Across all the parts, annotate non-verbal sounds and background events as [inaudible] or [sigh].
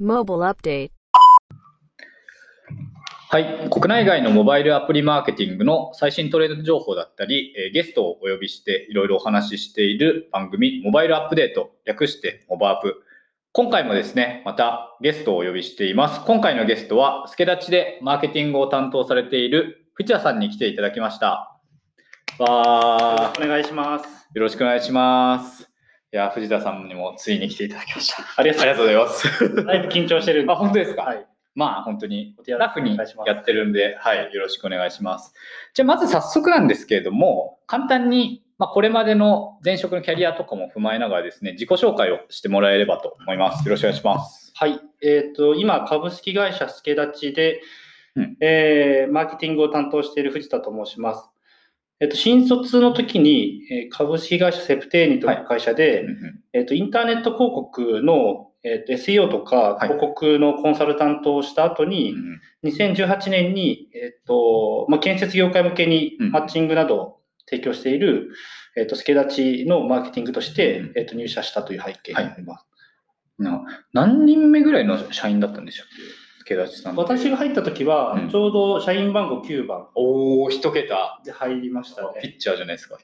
Mobile Update はい、国内外のモバイルアプリマーケティングの最新トレンド情報だったり、えーゲストをお呼びしていろいろお話ししている番組、モバイルアップデート、略してモバアップ。今回もですね、またゲストをお呼びしています。今回のゲストは、助立ちでマーケティングを担当されている藤田さんに来ていただきました。わー、お願いします。よろしくお願いします。いや、藤田さんにもついに来ていただきました。ありがありがとうございます。だいぶ緊張してるん [laughs] であ、本当ですかはい。まあ本当にお手柔ラらフかににお願いしますやってるんで、はい、よろしくお願いします。じゃあまず早速なんですけれども、簡単に、まあ、これまでの前職のキャリアとかも踏まえながらですね、自己紹介をしてもらえればと思います。よろしくお願いします。はい。えっ、と、今、株式会社助立ちで、うんえーマーケティングを担当している藤田と申します。えっ、と、新卒の時に、えー株式会社セプテーニという会社で、うんうんえっ、と、インターネット広告の、えーと SEO とかはい広告のコンサルタントをした後に、うん2018年に、えっ、と、まあ、建設業界向けにうんマッチングなどを提供している、えっ、と、助立ちのマーケティングとして、うんえっ、と、入社したという背景になります。な何人目ぐらいの社員だったんでしたっけ助立さんって。私が入った時うんは、ちょうど社員番号9番おー、一桁。で入りましたピね。ッチャーじゃないですか。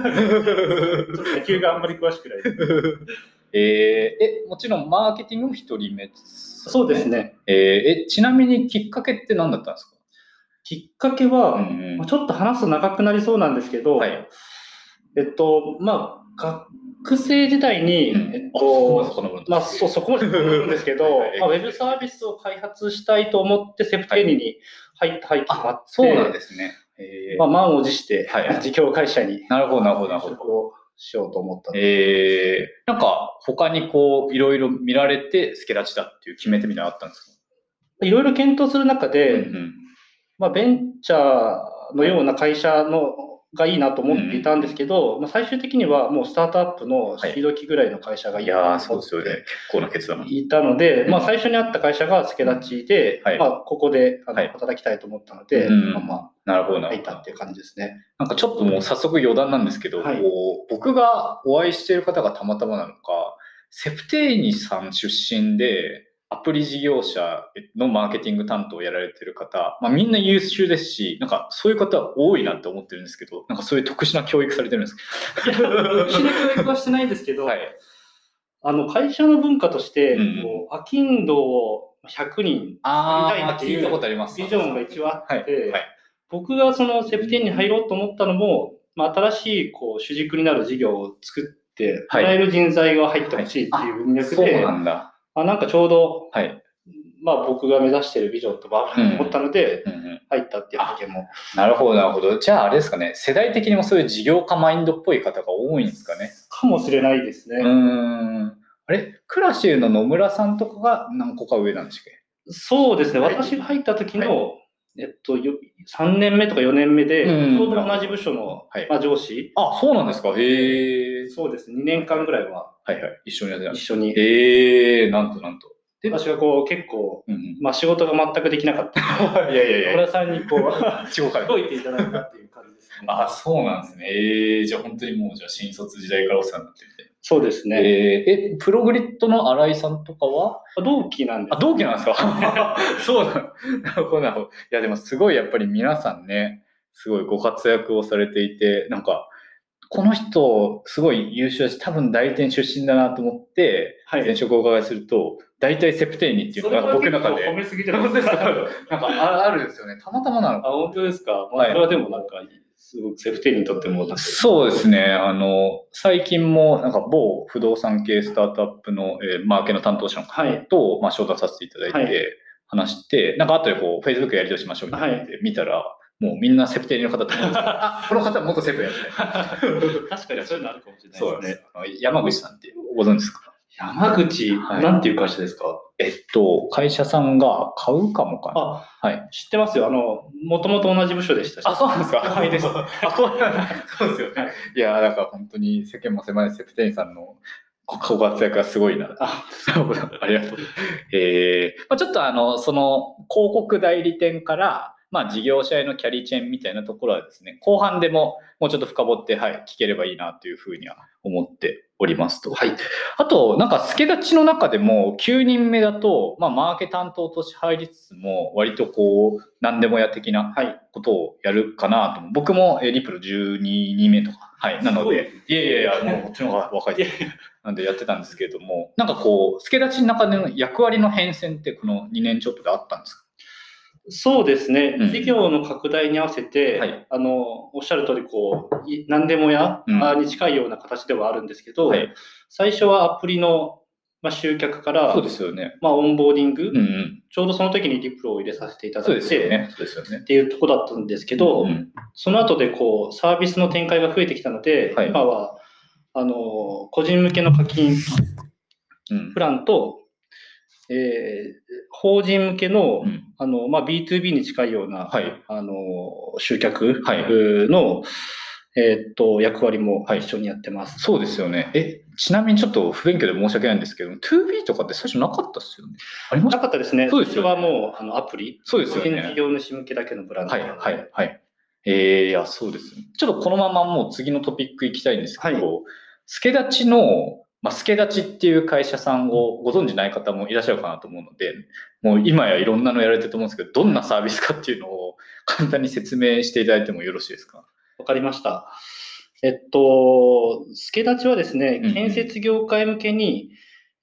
ち [laughs] ょっと野球があんまり詳しくない。えー、え、もちろんマーケティングも一人目、そうです。ね。えーえ、ちなみにきっかけって何だったんですかきっかけは、うんまあちょっと話すと長くなりそうなんですけど、はいえっと、まあ、学生時代に、うんえっあそこまで遡るんだと、まあ、そうそこまでなんですけ [laughs] ど、はいはいまあ、ウェブサービスを開発したいと思って、セプテーニに入った背景もあって、そうなんですね。えーまあ、満を持して、はい事業会社に、なるほど、なるほど、なるほど。ど。しようと思ったんですえー、なんか、他にこう、いろいろ見られて、助立ちだっていう決めてみたいなのあったんですいろいろ検討する中か、で、うんうんまあ、ベンチャーのような会社のがいいなと思っていたんですけど、まあ、最終的にはもうスタートアップのシード期ぐらいの会社がいいいやー、なそうと思ですよっね。結て構な決断。いたので、うんまあ、最初にあった会社が助立ちで、はいまあ、ここであのはい働きたいと思ったので、うんまあ、まなるほど、あなる入ほどった。っていう感じですね。なんかちょっともう早速余談なんですけど、はいこう僕がお会いしている方がたまたまなのか、セプテーニさん出身で、アプリ事業者のマーケティング担当をやられてる方、まあ、みんな優秀ですし、なんかそういう方多いなって思ってるんですけど、なんかそういう特殊な教育されてるんです [laughs] か教育はしてないんですけどはい。あの会社の文化として、うんこうアキンドを100人、あみたいなー、っていう聞いたことあります。ビジョンが一応あって、はい。はい。僕がそのセプテンに入ろうと思ったのも、まあ、新しいこう主軸になる事業を作って、はいもらえる人材が入ってほしいっていう文脈そうで、なんだ。あなんかちょうど、はい。まあ、僕が目指してるビジョンとバブルと思ったので、うんうん入ったっていうわけも。なるほど、なるほど。じゃあ、あれですかね、世代的にもそういう事業家マインドっぽい方が多いんですかね。かもしれないですうーね。ん。あれクラシエの野村さんとかが何個か上なんでしたっけそうですね、はい私が入った時の、えっと、よ3年目とか4年目で、うんちょうど同じ部署の、はいまあ、上司、あ、そうなんですか。へえ。そうですね、2年間ぐらいははいはい。一緒にやってたん一です。緒に。へえ、なんとなんと。で私はこう結構、うんうん、まあ、仕事が全くできなかった。 [laughs] いやいやいや、村さんにこう。地方から。。動いていただいたっていう感じですね [laughs] あ、そうなんですね。ええ、じゃあ本当にもう、じゃあ新卒時代からお世話になってて。そうですね。えーえ、プログリッドの新井さんとかは同期なんであ、同期なんですか [laughs] そうなんなるほど、なるほど。いや、でもすごいやっぱり皆さんね、すごいご活躍をされていて、なんか、この人、すごい優秀だし、多分代理店出身だなと思って、はい前職をお伺いすると、大体セプテーニっていうのが僕の中で、めすぎ本当ですか [laughs] なんかああるんですよね。たまたまなの [laughs] あ、本当ですか。まはいあ、それはでもなんか、すごくセーフティーにとっても、そうですね。あの、最近も、なんか某不動産系スタートアップの、えーマーケの担当者の方と、まあ、商談させていただいて、はい話して、なんか後でこう、Facebook やり取りしましょうみたいなので、見たら、もうみんなセプテリの方だと思うんですよあ [laughs] この方は元セプテリやって [laughs] 確かにそういうのあるかもしれないそうでですすね。ね。あの山口さんってご存知ですか山口、はいなんていう会社ですかえっと、会社さんが買うかもかな。あ、はい。知ってますよ。あの、もともと同じ部署でしたし。 [laughs] あ、そうなんですか。はい [laughs] あ、そうなんだ。そうですよね。いや、だから本当に世間も狭いセプテリさんのご活躍がすごいな [laughs] あ、ありがとう。えーまあ、ちょっとあの、その広告代理店からまあ、事業者へのキャリーチェーンみたいなところはですね、後半でももうちょっと深掘って、はい、聞ければいいなというふうには思っておりますと。はい。あと、なんか、助立ちの中でも、9人目だと、まあ、マーケ担当として入りつつも、割とこう、何でもや的なことをやるかなと。僕も、えリプロ12人目とか、はい。なので、いやいやいや、もうこっちの方が若いです。なんでやってたんですけれども、なんかこう、助立ちの中での役割の変遷って、この2年ちょっとであったんですかそうですね、うん、事業の拡大に合わせて、はい、あのおっしゃる通りこり、何でもや、うん、に近いような形ではあるんですけど、はい、最初はアプリの、まあ、集客から、そうですよねまあ、オンボーディング、うんうん、ちょうどその時にリプロを入れさせていただいて、そうですよね、ね、っていうとこだったんですけど、うんうん、その後でこうサービスの展開が増えてきたので、はい、今はあの個人向けの課金プランと、うんえー、法人向けの,うん、あのまあ、B2B に近いような、はい、あの集客の、はい、えー、っと役割も一緒にやってます、そうですよねえちなみにちょっと不勉強で申し訳ないんですけど 2B とかって最初なかったですよねありましなかったですねそうですよ、ね、はもうあのアプリそうですよ、ね、個人事業主向けだけのブランドはいはいはいえー、いやそうです、ね、ちょっとこのままもう次のトピックいきたいんですけど、はい、助立ちのまあ、助立ちっていう会社さんをご存じない方もいらっしゃるかなと思うので、もう今やいろんなのやられてると思うんですけど、どんなサービスかっていうのを簡単に説明していただいてもよろしいですか。わかりました。えっと、助立ちはですね、建設業界向けに、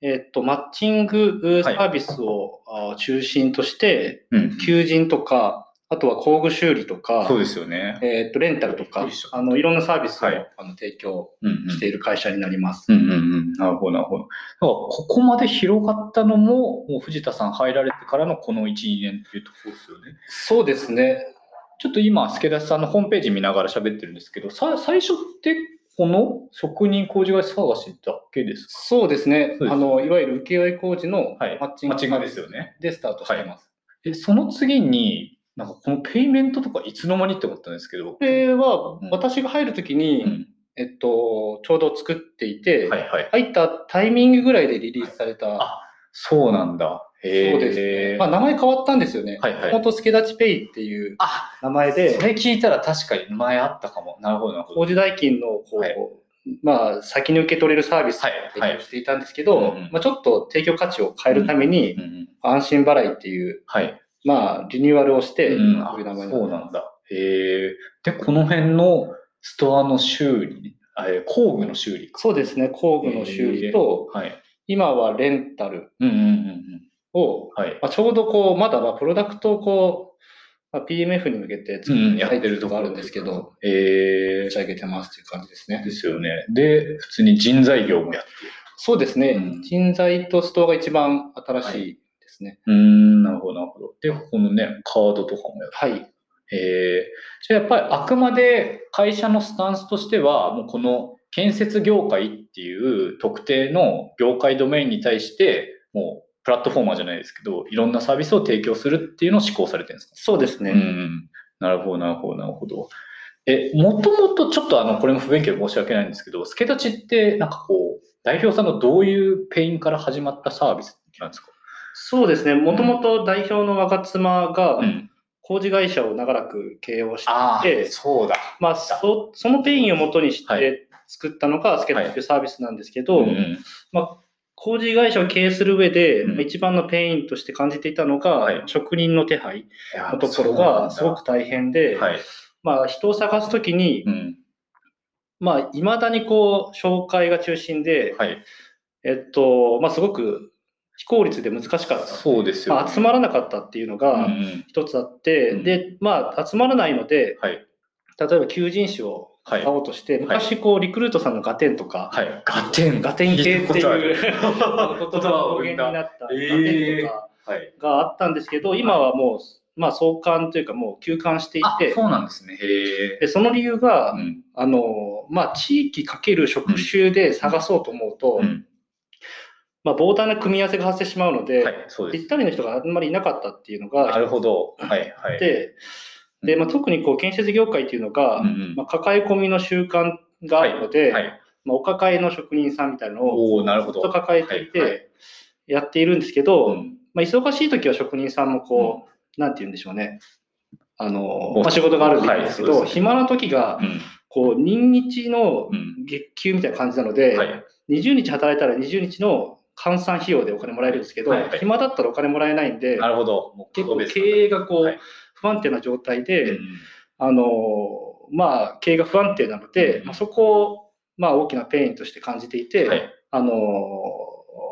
うんうん、えっと、マッチングサービスを中心として、はいうんうん、求人とか、あとは工具修理とか、そうですよね。えー、っと、レンタルとか、あの、いろんなサービスを、はい、あの提供している会社になります。うんうん、うんうんうん、なるほど、なるほど。だから、ここまで広がったのも、もう藤田さん入られてからのこの1、2年っていうところですよね。そうですね。ちょっと今、助田さんのホームページ見ながら喋ってるんですけど、さ最初って、この職人工事会社探しだけですかそうですね。あの、いわゆる請負工事のマッチング,、はい、ングですよね。でスタートしてます。はい、その次に、なんかこのペイメントとかいつの間にって思ったんですけど。これは私が入るときに、うん、えっと、ちょうど作っていて、はいはい、入ったタイミングぐらいでリリースされた。はい、あそうなんだ。そうですね。まあ、名前変わったんですよね。はいはい、本当、助立ちペイっていう名前で。それ聞いたら確かに前あったかも。なるほど、なるほど。工事代金の、こう、はい、まあ、先に受け取れるサービスを提供していたんですけど、はいはい、まあ、ちょっと提供価値を変えるために、うんうん、安心払いっていう、はいまあ、リニューアルをして、うん、こういう名前そうなんだ。へえ。で、この辺のストアの修理、え工具の修理そうですね、工具の修理と、はい、今はレンタルを、うんうんうんうん、はいまあ、ちょうどこう、まだまあプロダクトをこう、まあ、PMF に向けて作ってるとこあるんですけど、うん、えー、打ち上げてますという感じですね。ですよね。で、普通に人材業もやってる。そうですね、うん、人材とストアが一番新しい、はいですね。うん、なるほど、なるほど。で、このね、カードとかもやる。はい。えー、じゃあやっぱりあくまで会社のスタンスとしては、もうこの建設業界っていう特定の業界ドメインに対して、もうプラットフォーマーじゃないですけど、いろんなサービスを提供するっていうのを施行されてるんですかそうですね。うん。なるほど、なるほど、なるほど。え、もともとちょっとあの、これも不勉強で申し訳ないんですけど、助立ちってなんかこう、代表さんのどういうペインから始まったサービスなんですかそうですね、もともと代表の若妻が、工事会社を長らく経営をしていて、うん、そうだまあ、そそのペインをもとにして作ったのがスケッチというサービスなんですけど、はいうん、まあ、工事会社を経営する上で、うん、一番のペインとして感じていたのが、はい、職人の手配のところがすごく大変で、はい、まあ、人を探すときに、まあ、いまだにこう紹介が中心で、えっとまあ、すごく非効率で難しかったそうですよ、ね、まあ、集まらなかったっていうのが一つあって、うん、でまあ、集まらないので、はい、例えば求人誌を買おうとして、はい、昔こうリクルートさんのガテンとか、はい、ガテンガテン系っていう言葉を語源になったガテンとかがあったんですけど、今はもう、まあ、創刊というかもう休刊していてそうなんですねでその理由が、うん、あのまあ、地域かける職種で探そうと思うと、うんまあ、膨大な組み合わせが発生しまうので、はい、そうぴったりの人があんまりいなかったっていうのが、なるほど、はいはい、でで、まあ、特にこう建設業界っていうのが、うんうん、まあ、抱え込みの習慣があるので、はいはい、まあ、お抱えの職人さんみたいなのをずっと抱えていて、やっているんですけど、はいはい、まあ、忙しい時は職人さんもこう、うん、なんて言うんでしょうね、あの、まあ、仕事があるんですけど、はいそうですね暇な時が、うんこう、任日のうん月給みたいな感じなので、はい20日働いたら20日の換算費用でお金もらえるんですけど、はいはい暇だったらお金もらえないんで、なるほど。もう結構個別経なんだ営がこう、はい不安定な状態で、うんあのまあ、経営が不安定なので、うんまあ、そこを、まあ、大きなペインとして感じていて、はいあの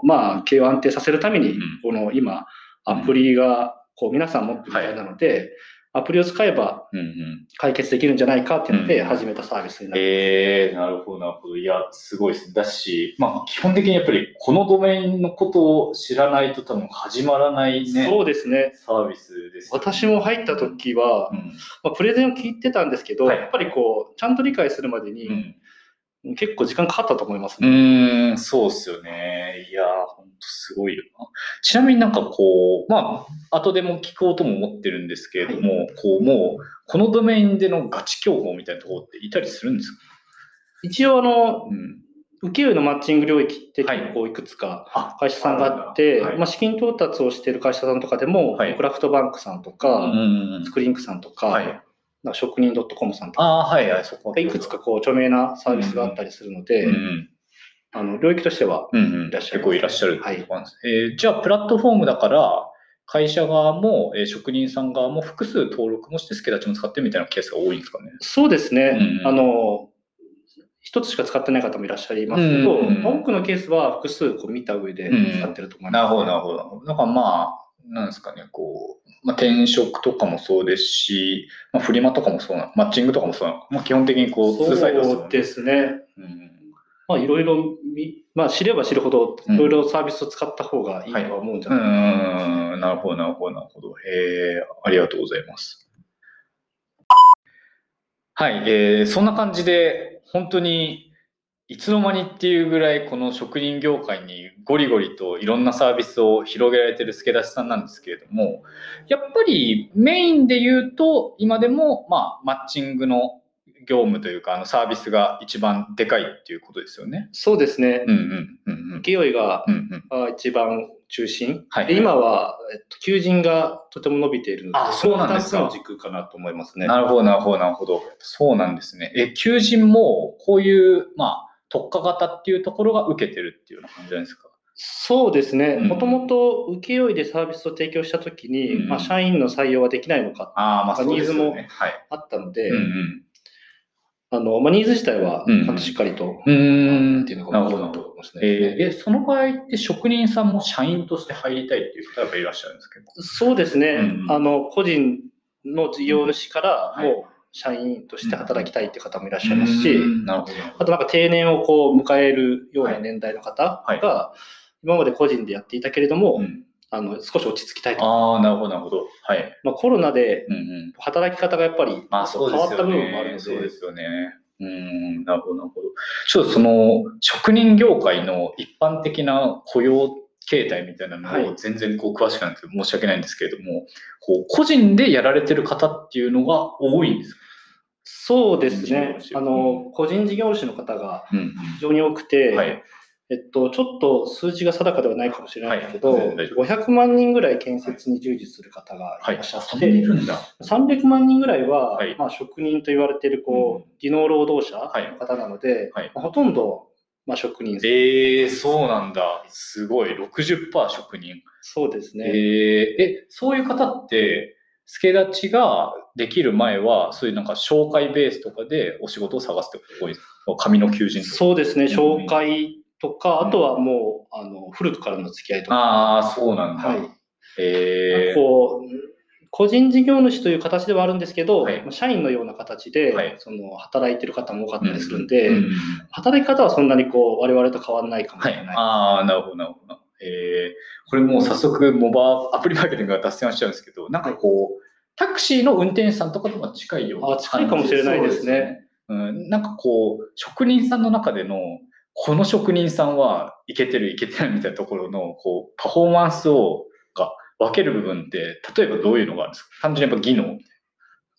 まあ、経営を安定させるために、うんこの今、アプリがこう皆さん持ってるみたいなので、アプリを使えばうんうん解決できるんじゃないかっていうのうで、ん始めたサービスになる。えー、なるほど、なるほど。いや、すごいですね。だし、まあ、基本的にやっぱり、このドメインのことを知らないと多分始まらないね、そうですねサービスです、私、も入った時は、うん、まあ、プレゼンを聞いてたんですけど、はいやっぱりこうちゃんと理解するまでに、うん結構時間かかったと思いますうね。ーん、そうっすよね。いやー、ほんとすごいよな。ちなみになんかこう、まあ、後でも聞こうとも思ってるんですけれども、こう、もう、このドメインでのガチ競合みたいなところっていたりするんですか一応あの、うん。受け負いのマッチング領域ってはい結構いくつかあ、会社さんがあって、はいまあ、資金到達をしている会社さんとかでも、はいクラフトバンクさんとうか、んうんうんスクリンクさんとか、はいなんか職人 .com さんとか、あー、はい、はい、そこいくつかこう著名なサービスがあったりするので、うんうんあの領域としては、うんうん、いらっしゃい結ます構いらっしゃるってことなんです、えーじゃあ、プラットフォームだから、会社側も、えー職人さん側も複数登録もして、スケダチも使ってみたいなケースが多いんですかね。そうですね、うんうんあの一つしか使ってない方もいらっしゃいますけど、うんうんまあ多くのケースは複数こう見た上で使ってると思います。るほど。だからまあ、なんですかね、こう、まあ、転職とかもそうですし、まあ、フリマとかもそうなの、マッチングとかもそうなの、まあ、基本的にこう、ツーサイドですよそうねですね。うんまあ、いろいろみ、まあ、知れば知るほど、うんいろいろサービスを使った方がいいとは思うんじゃうないかな。ん、なるほど、なるほど、なるほど。えー、ありがとうございます。はい、えー、そんな感じで、本当に、いつの間にっていうぐらい、この職人業界にゴリゴリといろんなサービスを広げられてる助出しさんなんですけれども、やっぱりメインで言うと、今でも、まあ、マッチングの業務というか、あのサービスが一番でかいっていうことですよね。そうですね。うんうんうんうん。請負がうんうん、あ一番中心。はいで今は、えっと、求人がとても伸びているので、あそうなんですかその二つの軸かなと思いますね。なるほど、なるほど、なるほど。そうなんですね。え、求人も、こういう、まあ、特化型っていうところが受けてるっていうような感じなんですか。そうですね。うんもともと請負でサービスを提供したときに、うんまあ、社員の採用はできないのかああ、まあ、そうニでーすズよもね。はい。あったので、うんあのまあ、ニーズ自体はうんちゃんとしっかりと、うん。うーん。っていうのながる大ほどなるほきいなとど。思いますね。えーえ、その場合って職人さんも社員として入りたいっていう方がいらっしゃるんですけど。そうですね、うんうんあの個人の事業主からはいもう社員として働きたいっていう方もいらっしゃいますし、うんなるほど。あとなんか定年をこう迎えるような年代の方が、はい今まで個人でやっていたけれども、うんあの少し落ち着きたいと、ああ、なるほど、なるほど。はい。まあ、コロナでうんうん。働き方がやっぱり変まあわそうですよね。った部分もあるのそうでですよね。うん、なるほど、なるほど。ちょっとその職人業界の一般的な雇用形態みたいなはのをい全然こう詳しくないんですけど、申し訳ないんですけれども、こう個人でやられてる方っていうのが多いんですか、そうですね個人事業主あの個人事業主の方がうん非常に多くて、はい。えっと、ちょっと数字が定かではないかもしれないですけど、はい全然大丈夫500万人ぐらい建設に従事する方がはいい。らっしゃって、そんなにいるんだ。 300万人ぐらいは、はいまあ、職人と言われているこう、う技能労働者はいの方なので、はいまあほとんど、まあ、職人さん、ええそうなんだ。すごい。60%職人。そうですね、えーえ、そういう方って、助立ちができる前は、そういうなんか紹介ベースとかでお仕事を探すってことが多いんですか紙の求人とか。そうですね、うん紹介とか、うんあとはもうあの古くからの付き合いとか、ああ、そうなんだ。はいえーこう個人事業主という形ではあるんですけど、はいまあ社員のような形で、はいその働いてる方も多かったりするんうで、ん働き方はそんなにこう我々と変わらないかもしはれないい。。ああ、なるほど、なるほど。えーこれもう早速、モバアプリマーケティングが脱線はしちゃうんですけど、なんかこう、タクシーの運転手さんとかとも近いようなあ近いかもしれないでそうですねすね。うん、なんかこう、職人さんの中での、この職人さんはいけてる、いけてないみたいなところの、こう、パフォーマンスを、が分ける部分って、例えばどういうのがあるんですか単純にやっぱ技能。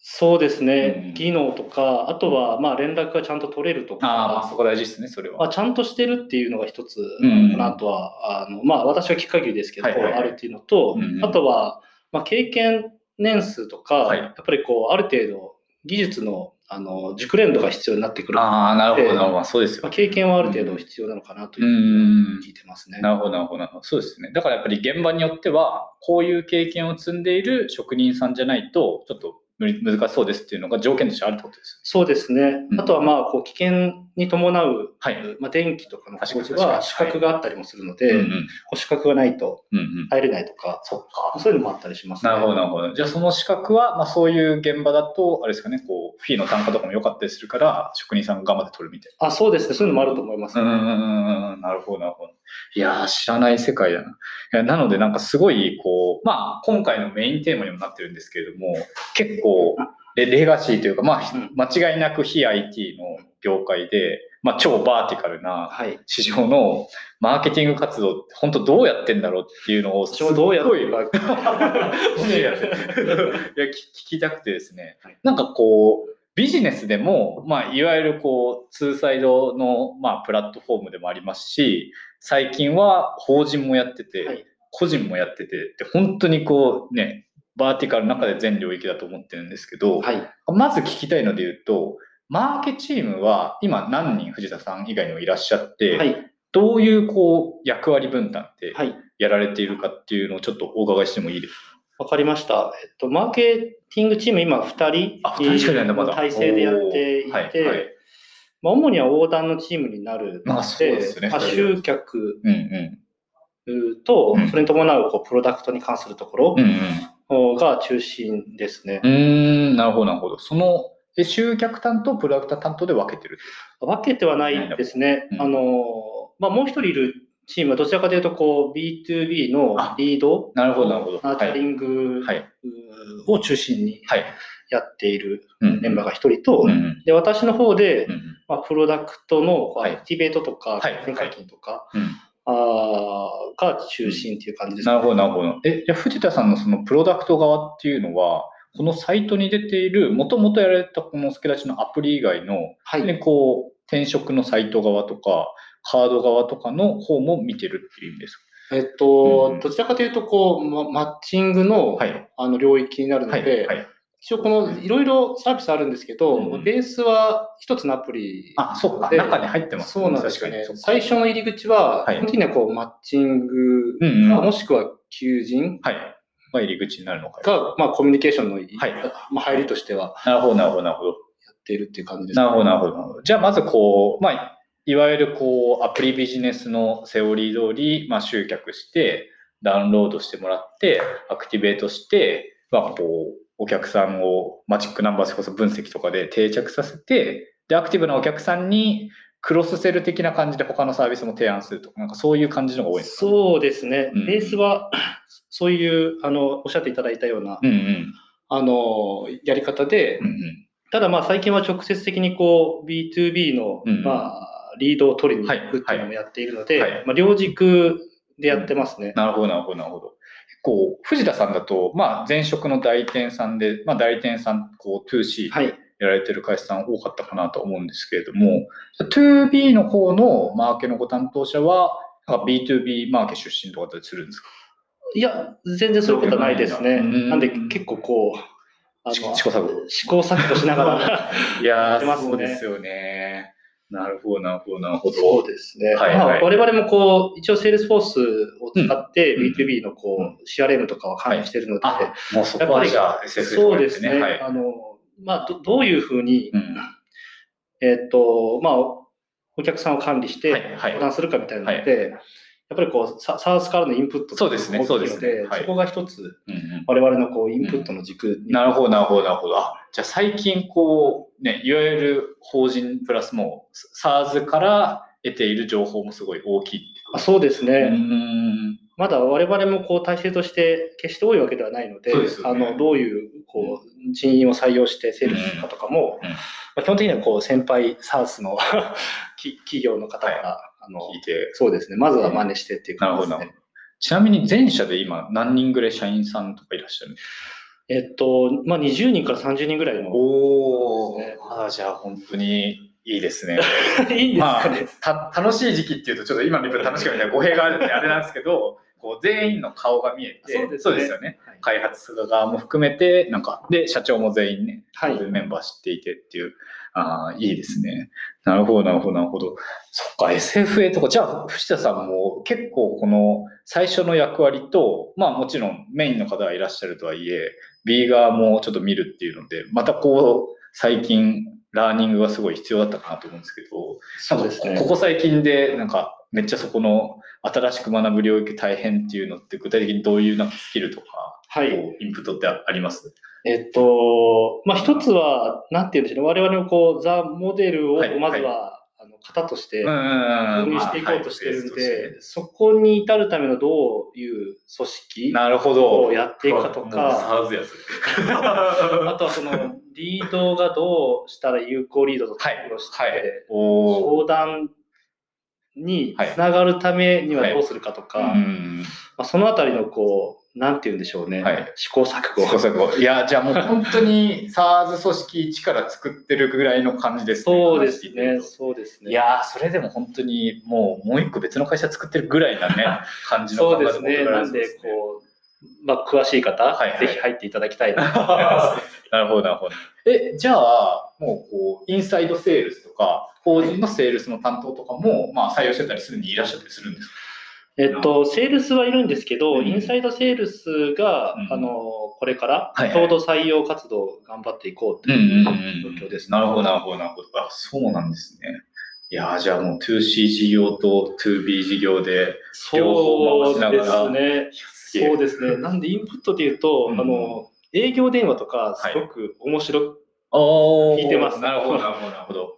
そうですうね、ん技能とか、あとはまあ連絡がちゃんと取れるとか、ああ、まあそこ大事ですね、それは。まあ、ちゃんとしてるっていうのが一つうんうんうんかなとは、あのまあ、私は聞く限りですけど、はいはいはいあるっていうのと、うんうんあとは、まあ、経験年数とか、はいやっぱりこう、ある程度、技術の、あの、熟練度が必要になってくる。まああ、なるほど、なるほど。そうですあ、よ。経験はある程度必要なのかなといううふうにん。聞いてますね。なるほど、なるほど、なるほど。そうですね。だからやっぱり現場によっては、こういう経験を積んでいる職人さんじゃないと、ちょっと無理難しそうですっていうのが条件としてあるってことですそうですね。うんあとは、まあ、こう、危険に伴う、よね。はい。まあ、電気とかの工事確かに確かはに資格があったりもするので、うんうこん。う資格がないとうんうん。入れないとか、そっか。そういうのもあったりしますね。なるほど、なるほど。じゃあ、その資格は、まあ、そういう現場だと、あれですかね、こう、フィーの単価とかも良かったりするから、職人さんが頑張って取るみたいあ、そうですね。そういうのもあると思いますな。ね。うんうんうんうん、なるほど、なるほど。いやー、知らない世界だな。いやなので、なんかすごい、こう、まあ、今回のメインテーマにもなってるんですけれども、結構、レレガシーというか、まあうん、間違いなく非 IT の業界で、まあ、超バーティカルなはい。市場のマーケティング活動って、本当どうやってんだろうっていうのを、私もどうやってすっごいいやいや聞聞きたくてですね、はいなんかこうビジネスでも、まあ、いわゆるこうツーサイドの、まあ、プラットフォームでもありますし最近は法人もやってて、はい個人もやっててで本当にこうねバーティカルの中で全領域だと思ってるんですけど、 [laughs] はい。まず聞きたいので言うとマーケチームは今何人藤田さん以外にもいらっしゃって、はい。どういうこう役割分担ってはい。やられているかっていうのをちょっとお伺いしてもいいですかわかりました。えっと、マーケティングチーム、今2人あ二人しかいないんだまだ体制でやっていて、おーはいはいまあ、主には横断のチームになるので、まあそうですねまあそれは集客うんうと、うんそれに伴うこうプロダクトに関するところん。うんが中心ですね。うん。うん、なるほど、なるほど。その、え集客担当、プロダクター担当で分けてる。分けてはないですね。うんあの、まあ、もう一人いるチームはどちらかというと、こう、B2B のリード、なるほど、なるほど。マーはケティい。ングはい。を中心にはい。やっているうんメンバーが一人と、うんうんで私の方でう、んまあ、プロダクトのこうはアいクティベートとか、はい転換金とか、うんあーが中心っていう感じうでんす、なるほど、なるほど。え、じゃあ藤田さんのそのプロダクト側っていうのは、このサイトに出ている、もともとやられたこの助立ちのアプリ以外の、はでい、こう、転職のサイト側とか、カード側とかの方も見てるっていう意味ですかえっと、うんどちらかというとこう、ま、マッチングの,、はい。あの領域になるのはで、い。はい。一応このいろいろサービスあるんですけど、うんベースは一つのアプリあ、そっか。で中に入ってます。そうなんですよね確かに。最初の入り口は、はい基本的にはこうマッチングうんうんか、もしくは求人はい。まあ、入り口になるのか。が、まあ、コミュニケーションのいい、はいまあ、入りとしてはなるほど、なるほど、なるほど。やっているっていう感じですなるほど、なるほどなるほど。じゃあ、まずこう、まあ、いわゆるこう、アプリビジネスのセオリー通り、まあ、集客して、ダウンロードしてもらって、アクティベートして、まあ、こう、お客さんをマジックナンバーそれこそ分析とかで定着させて、で、アクティブなお客さんにクロスセル的な感じで他のサービスも提案するとか、なんかそういう感じのが多いんですかそうですね、うんベースはそういうあのおっしゃっていただいたような、うんうん。あのやり方で、うんうん。ただまあ最近は直接的にこう B2B の、うんまあ、リードを取りに行くっていうのもやっているので、はいはいまあ、両軸でやってますね。なるほど、なるほど、なるほど。こう、藤田さんだと、まあ、前職の代理店さんで、まあ、代理店さん、こう、2C はい、やられてる会社さん多かったかなと思うんですけれども、2B の方のマーケのご担当者は、なんか B2B マーケ出身とかだったりするんですかいや、全然そういうことはないですね。うんなんで結構こう、あの試行錯誤。試行錯誤しな [laughs] がら、いややってますねよね。なるほど、なるほど、なるほど。そうですね。はいはいまあ、我々もこう、一応、セールスフォースを使って、うん B2B のこう、う CRM とかは管理しているので、あ、もうそこはじゃあ SF そうですね。はい。あの、まあ、どどういうふうに、うんえっと、まあ、お客さんを管理して、はいはい相談するかみたいなので、やっぱりこう、ササースからのインプットそうですね大きいそのうですねはいそこが一つ、うんうん我々のこう、インプットの軸になるほど、なるほど、なるほど。あじゃあ最近、こう、ね、いわゆる法人プラスもう、SARS から得ている情報もすごい大きいってこあそうですね。と。うーんまだ我々もこう体制として決して多いわけではないので、そうですよあねのどういうこう人員を採用してセールスするかとかも、うんうんまあ、基本的にはこう先輩 SARS の [laughs] き企業の方から、あの聞いて。そうですね、まずは真似してっていうなる感ほじど、でなするねほ。ど。ちなみに全社で今、何人ぐらい社員さんとかいらっしゃるんですかえっと、まあ、20人から30人ぐらいの、おーあじゃあ本当にいいです [laughs] ね。 [laughs] いいんですまかあね。、た楽しい時期っていうと、ちょっと今のリプ楽しくみたいな語弊があるんで、あれなんですけど、こう全員の顔が見えて、そうですねよね。はい開発する側も含めて、なんか、で、社長も全員ね、はいこううメンバー知っていてっていう、ああ、いいですね。なるほど、なるほど、なるほど。そっか、SFA とか、じゃあ、藤田さんも結構この最初の役割と、まあもちろんメインの方がいらっしゃるとはいえ、B 側もちょっと見るっていうので、またこう、最近、ラーニングがすごい必要だったかなと思うんですけど、そうですね。ここ最近で、なんか、めっちゃそこの新しく学ぶ領域大変っていうのって、具体的にどういうなんかスキルとか、はいこうインプットってありますえっと、まあ、一つは、なんて言うんでしょうね。我々のこう、ザ・モデルをはい、まずは、あの、型として、導入入していこうとしてるんで、そこに至るためのどういう組織なるほをど。やっていくかとか、サーズやあとはその、リードがどうしたら有効リードと対応して、はいはいおお。相談につながるためにはどうするかとか、うん。まあ、そのあたりのこう、なんて言うんでしょうね、はい試行錯ご誤。そご。いや、じゃあもう本当にサーズ組織一から作ってるぐらいの感じですね。そうで話す聞いてるね、とそうですね。いやー、それでも本当にもう、もう一個別の会社作ってるぐらいなね、感じのそう考えですね、求めらなれそんうでですねこう、まあ、詳しい方、はいはいぜひ入っていただきたいなと思いまなる [laughs] ほど、なるほど。え、じゃあ、もうこう、インサイドセールスとか、法人のセールスの担当とかも、まあ、採用してたりするにいらっしゃったりするんですかす。えっと、セールスはいるんですけど、うんインサイドセールスが、うんあのこれからはいはいちょうど採用活動を頑張っていこうという状況です、なるほど、なるほど、なるほど。あ、そうなんですね。いやーじゃあもう 2C 事業と 2B 事業で、両方回しそなうがでらすね。すげえそうです [laughs] ね。なんでインプットで言うと、うんあの営業電話とかすごく面白く、おー聞いてますなるほど、なるほど、なるほど。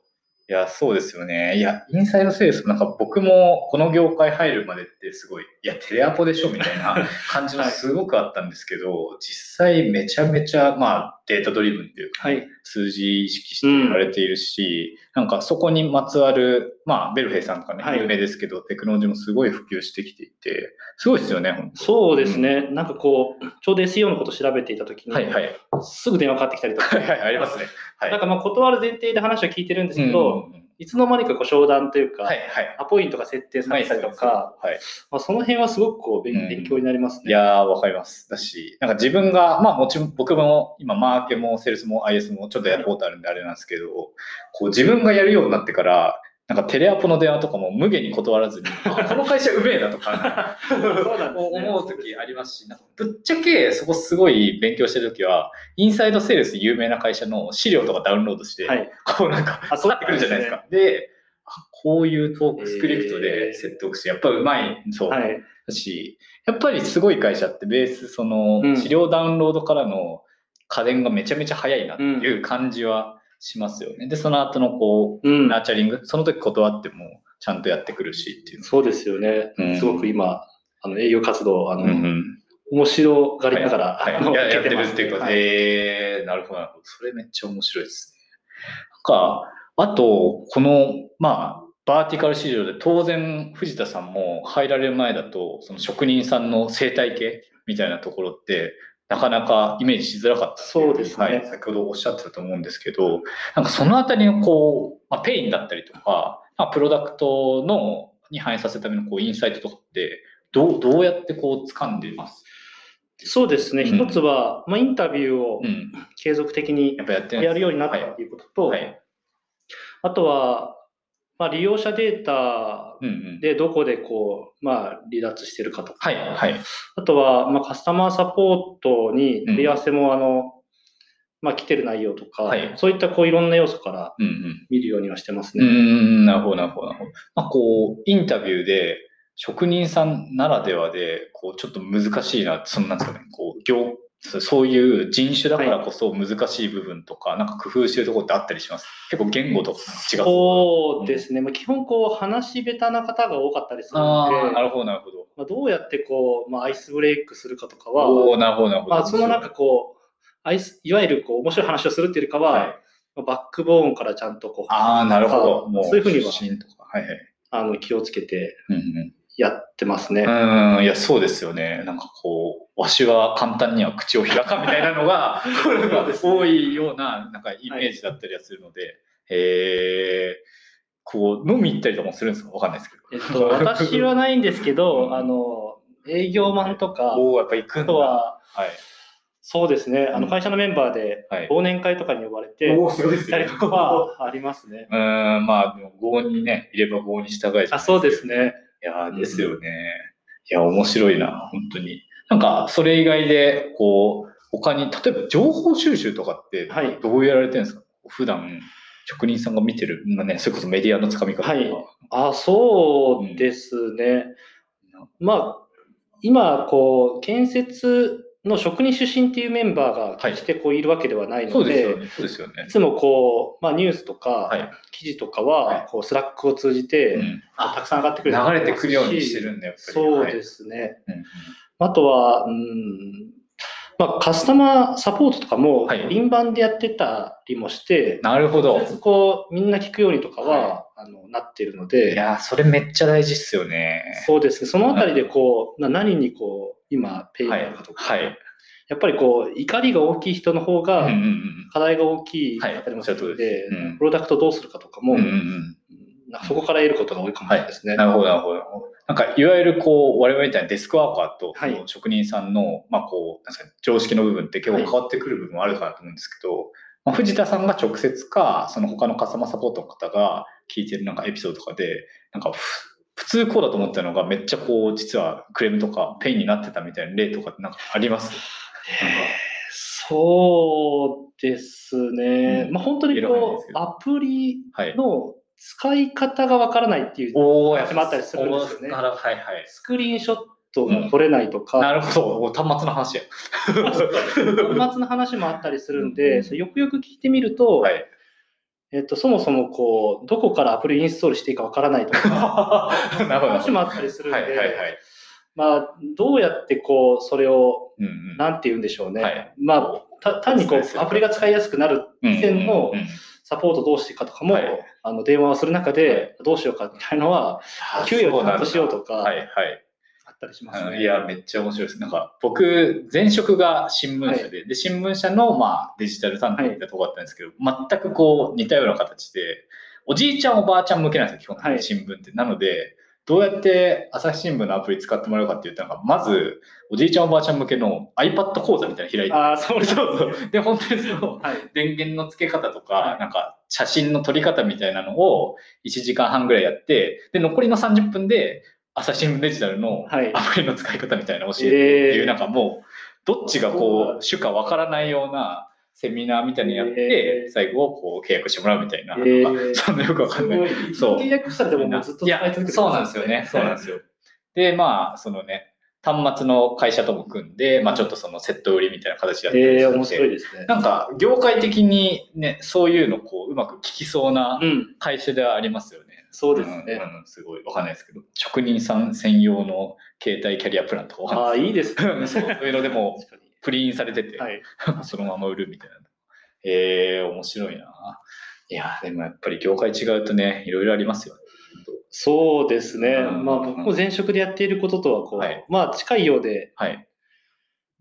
いや、そうですよね。いや、インサイドセールスもなんか僕もこの業界入るまでってすごい、いや、テレアポでしょみたい [laughs] な感じのすごくあったんですけど、実際めちゃめちゃ、まあ、データドリブンっていうか、はい、数字意識してやられているし、なんかそこにまつわる、まあ、ベルヘイさんとかね、はい有名ですけど、テクノロジーもすごい普及してきていて、すごいですよね、本そうですね、なんかこう、ちょうど SEO のこと調べていたとき当に、はいはい。はすぐ電話かかってきたりとか、いはい、ありますね。はい。なんかまあ断る前提で話を聞いてるんですけど、うんうんいつの間にかこう商談といううか、んはいはい。アポイントが設定されたりとか、はい。まあ、その辺はすごくこう勉うん勉強になりますいね。やー、わかります。だし、なんか自分が、まあもちろん僕も今、マーケもセールスも IS もちょっとやることあるんであれなんですけど、こう自分がやるようになってから、なんかテレアポの電話とかも無限に断らずに、あこの会社うめえなとか、そうなんですね思う時ありますし、なんかぶっちゃけそこすごい勉強してる時は、インサイドセールス有名な会社の資料とかダウンロードして、はい、こうなんか、あ育ってくるじゃないですか。で、あこういうトークスクリプトえでー説得して、やっぱうまい、そう。はい、だし、やっぱりすごい会社ってベース、そのうん、資料ダウンロードからの家電がめちゃめちゃ早いなっていう感じはしますよね。で、その後のこうう、んナ、ーチャリング、その時断ってもちゃんとやってくるしっていうそうですよね、うんすごく今、あの営業活動、あのの。うん面白がりながら、はいあのいやや受っけてるますっていうか、はいえー、なるほど、なるほど。それめっちゃ面白いですね。なんか、あと、この、まあ、バーティカル市場で当然藤田さんも入られる前だとその職人さんの生態系みたいなところってなかなかイメージしづらかったっていそうですねはい、先ほどおっしゃってたと思うんですけどなんかそのあたりのこう、まあ、ペインだったりとか、まあ、プロダクトのに反映させるためのこうインサイトとかってどうどうやってこう掴んでます、そうですね、うん一つは、まあ、インタビューをうん、継続的にやっぱやってやるようになったはいということと、はいあとは、まあ、利用者データうんうんでどこでこう、まあ、離脱してるかとか、はいはいあとは、まあ、カスタマーサポートに問い合わせも、あの、まあ、来てる内容とか、はいそういったこういろんな要素からうんうん見るようにはしてますうーね。ん、なるほど、なるほど、なるほど。まあ、こう、インタビューで、職人さんならではで、こう、ちょっと難しいな、そんなんですかね、こう、業、そうそういう人種だからこそ難しい部分とか、なんか工夫してるところってあったりします。結構言語とか違う。そうですね、まあ、基本こう話し下手な方が多かったりするあので、あ、なるほど、なるほど。まあ、どうやってこう、まあ、アイスブレイクするかとかは、おおーなるほど、なるほど。まあ、そのなんかこうアイスいわゆるこう面白い話をするっていうよりかは、はいまあバックボーンからちゃんとこうああ、なるほど。もう、そういうふうには出身とか。はいはい。あの気をつけてうんうんやってますね。うん、いや、そうですよね。なんかこう、わしは簡単には口を開かんみたいなのが、多いような、なんかイメージだったりはするので、えー、こう、飲み行ったりとかもするんですかわかんないですけど。えっと、私はないんですけど、あの、営業マンとか、おお、やっぱ行くあんだ。とはは、そうですね、あの会社のメンバーでい。はい。忘年会とかに呼ばれて、おお、すごいで行っすたね。りとかはありますね。うーん、まあ、でも、合にね、いれば合に従えじゃないですかあ、そうですね。いやーですよね。いや、面白いな、本当に。なんか、それ以外で、こう、他に、例えば情報収集とかってはい、どうやられてるんですか、普段、職人さんが見てる、まあね、それこそメディアのつかみ方とか。はいあ、そうですね。まあ、今、こう、建設の職人出身っていうメンバーはがい来てこういるわけではないそのうですで、よい、ね。そうですよね。つもこう、まあ、ニュースとか、はい記事とかはいは、こう、スラックを通じて、うんあたくさん上がってくると思流れいますてくるようにしてるんだ、やっぱり。そうはいですね。うんうんあとは、うん、まあ、カスタマーサポートとかも、はい輪番でやってたりもして、なるほどとりあ。えずこう、みんな聞くようにとかは、あのなっているのいで、やー、それめっちゃ大事っすよね。そうですね、そのあたりでこう、な何にこう、今、ペイはがあいるかと。か、はい。やっぱりこう、怒りが大きい人の方うんがうん、うん課題が大きいはいあたりもするので、おっしゃる通りですうんプロダクトどうするかとかも、うんうんうん。なんかそこから得ることが多いかもしれないですね。なるほど、なるほど。なんか、いわゆるこう、我々みたいなデスクワーカーと、はいその職人さんの、まあこう、なんですかね常識の部分って結構はい変わってくる部分もあるかなと思うんですけど、まあ、藤田さんが直接か、その他のカスタマーサポートの方が聞いてるなんかエピソードとかで、なんかふ、普通こうだと思ったのが、めっちゃこう、実はクレームとかペインになってたみたいな例とかってなんかありますそうですね、うんまあ、本当に色々あるんでこすけうどアプリはい。の使い方がわからないっていう、おー、やっぱりあったりするんですよねおーなはいはい。スクリーンショットが撮れないとなか、るほど。お端末の話や。端末の話もあったりするんうんで、それよくよく聞いてみると、 [laughs] はい。えっと、そもそもこうどこからアプリインストールしていいかわからないとか、なるほど。話もあったりするんで、はいはいはい。まあ、どうやってこうそれを、うんうんなんて言うんでしょうね、はいまあ、た単にこそうですうよねアプリが使いやすくなる以前のうんうんうんサポートどうしていくかとかも、はいあの電話をする中で、どうしようかみたいなのは、給与をちゃんとしようとあか、そうなんだはいはいあったりしまあすの。ね。いや、めっちゃ面白いです。なんか、僕、前職が新聞社で、で、新聞社の、まあ、デジタル担当みたいなとこだったんですけど、全くこう、似たような形で、おじいちゃん、おばあちゃん向けなんですよ、基本的にはい新聞って。なので、どうやって朝日新聞のアプリ使ってもらうかって言ったのが、まず、おじいちゃん、おばあちゃん向けの iPad 講座みたいなの開いて、ああ、そうそうそう。で、本当にその、はい。電源の付け方とか、はいなんか写真の撮り方みたいなのを1時間半ぐらいやって、で、残りの30分で朝日新聞デジタルのはいアプリの使い方みたいなのを教えてっていう、えーなんかもう、どっちがこう、主かわからないようなセミナーみたいにやって、えー最後こう契約してもらうみたいな、えーそんなよくわかんない。そう契約したらでももうずっとい使やい続けてくださそうなんですよね。そうなんですよ。で、まあ、そのね、端末の会社とも組んで、まあちょっとそのセット売りみたいな形でやったりええしたんで面白いですね。なんか業界的にね、そういうのこううまく聞きそうなうん、会社ではありますよね。そうですんね。うんすごいわかんないですけど、職人さん専用の携帯キャリアプランとかわかんあなあ、いいいですね。です。そうそういうのでも確かにプリンされてて、はい。 [laughs] そのまま売るみたいな。ええ面白いな。いや、でもやっぱり業界違うとね、いろいろありますよね。そうですね。うんまあ、僕も前職でやっていることとはこう、はいまあ、近いようで、はい。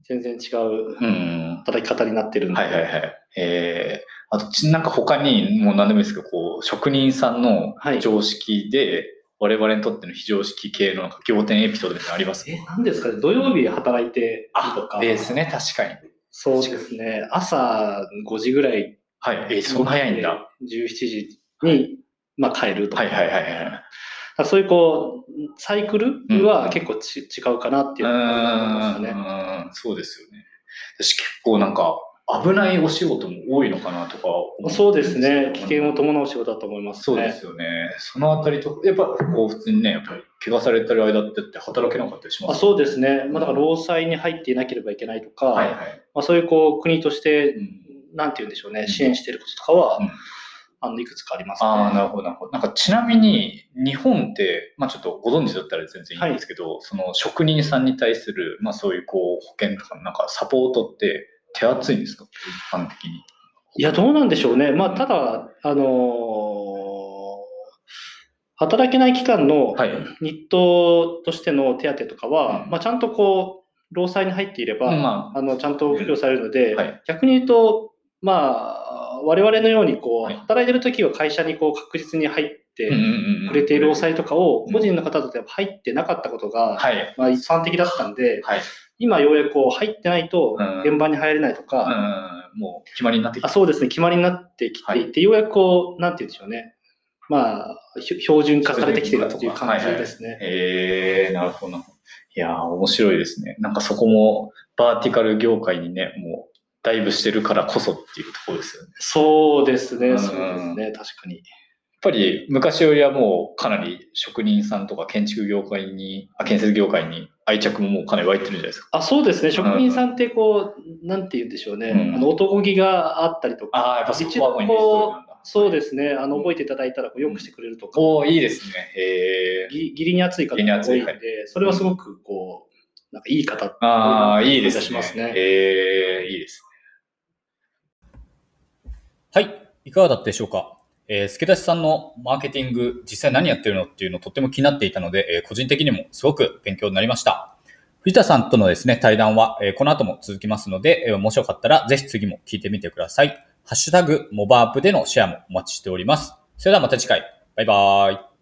全然違ううん。働き方になってるんで。はいはいはい。ええあとち、なんか他に、もう何でもいいですけど、こう、職人さんのはい常識で、我々にとっての非常識系のなんか仰天エピソードみたいなのありますえ、何ですかね。土曜日働いてるとか。ですね、確かに。そうですね。朝5時ぐらい。はい。えそんな早いんだ。は。 17時に、まあ、帰るとか。いはいはいはい。だからそういうこう、サイクルうんは結構ち、違うかなっていうのが思いましたね。うーん、そうですよね。私結構なんか、危ないお仕事も多いのかなとか思ってるんけどそうですね。危険を伴う仕事だと思いますね。そうですよね。そのあたりと、やっぱこう普通にね、やっぱり怪我されてる間ってって働けなかったりしまあすそうですね。まあ、だから、労災に入っていなければいけないとか、はいはい。まあ、そういうこう、国としてう、んなんて言うんでしょうね、支援していることとかは、うんあの、いくつかありますね。ああ、なるほど、なるほど。なんかちなみに、日本って、まあちょっとご存知だったら全然いいんですけど、その職人さんに対する、まあそういうこう保険とかのなんかサポートって手厚いんですか一般的に。いや、どうなんでしょうね。まあ、ただ、あのー働けない期間のはい。日当としての手当とかは、うんまあ、ちゃんとこう、労災に入っていれば、まあのちゃんと付与されるので、はい逆に言うと、まあ、我々のようにこはう、い働いてる時は会社にこう確実に入ってうんうんうんくれているお財とかを、うん個人の方だとやっぱ入ってなかったことが、はい。まあ一般的だったんで、はい。今ようやくこう入ってないとうん、現場に入れないとか、うん、もう決まりになってきあた。そうですね、決まりになってきていて、ようやくこう、なんて言うんでしょうね、まあ、ひ標準化されてきてるっていう感じですね。へえ、なるほどな。いやー、面白いですね。なんかそこも、バーティカル業界にね、もう、ダイブしてるからこそっていうところですよね。やっそうですうね、んそうですね、確かに。ぱり、昔よりはもう、かなり職人さんとか建築業界に、あ建設業界に愛着ももうかなり湧いてるんじゃないですか。あそうですね、職人さんってこう、なんて言うんでしょうね、うんあの男気があったりとか、ああ、やっぱそこはもうイメージ通りなんだ。。そうですすね、あの覚えていただいたらこうよくしてくれるとか、おおいいですね。へえ。ぎ義理に熱い方が多いん義理に熱いはで、それはすごくこう、なんかいい方ってああ、いいですいたしますねね。ええいいですね。はい。いかがだったでしょうかえー、助出しさんのマーケティング、実際何やってるのっていうのとっても気になっていたので、えー個人的にもすごく勉強になりました。藤田さんとのですね、対談は、えーこの後も続きますので、えー、面白かったらぜひ次も聞いてみてください。ハッシュタグ、モバアップでのシェアもお待ちしております。それではまた次回。バイバーイ。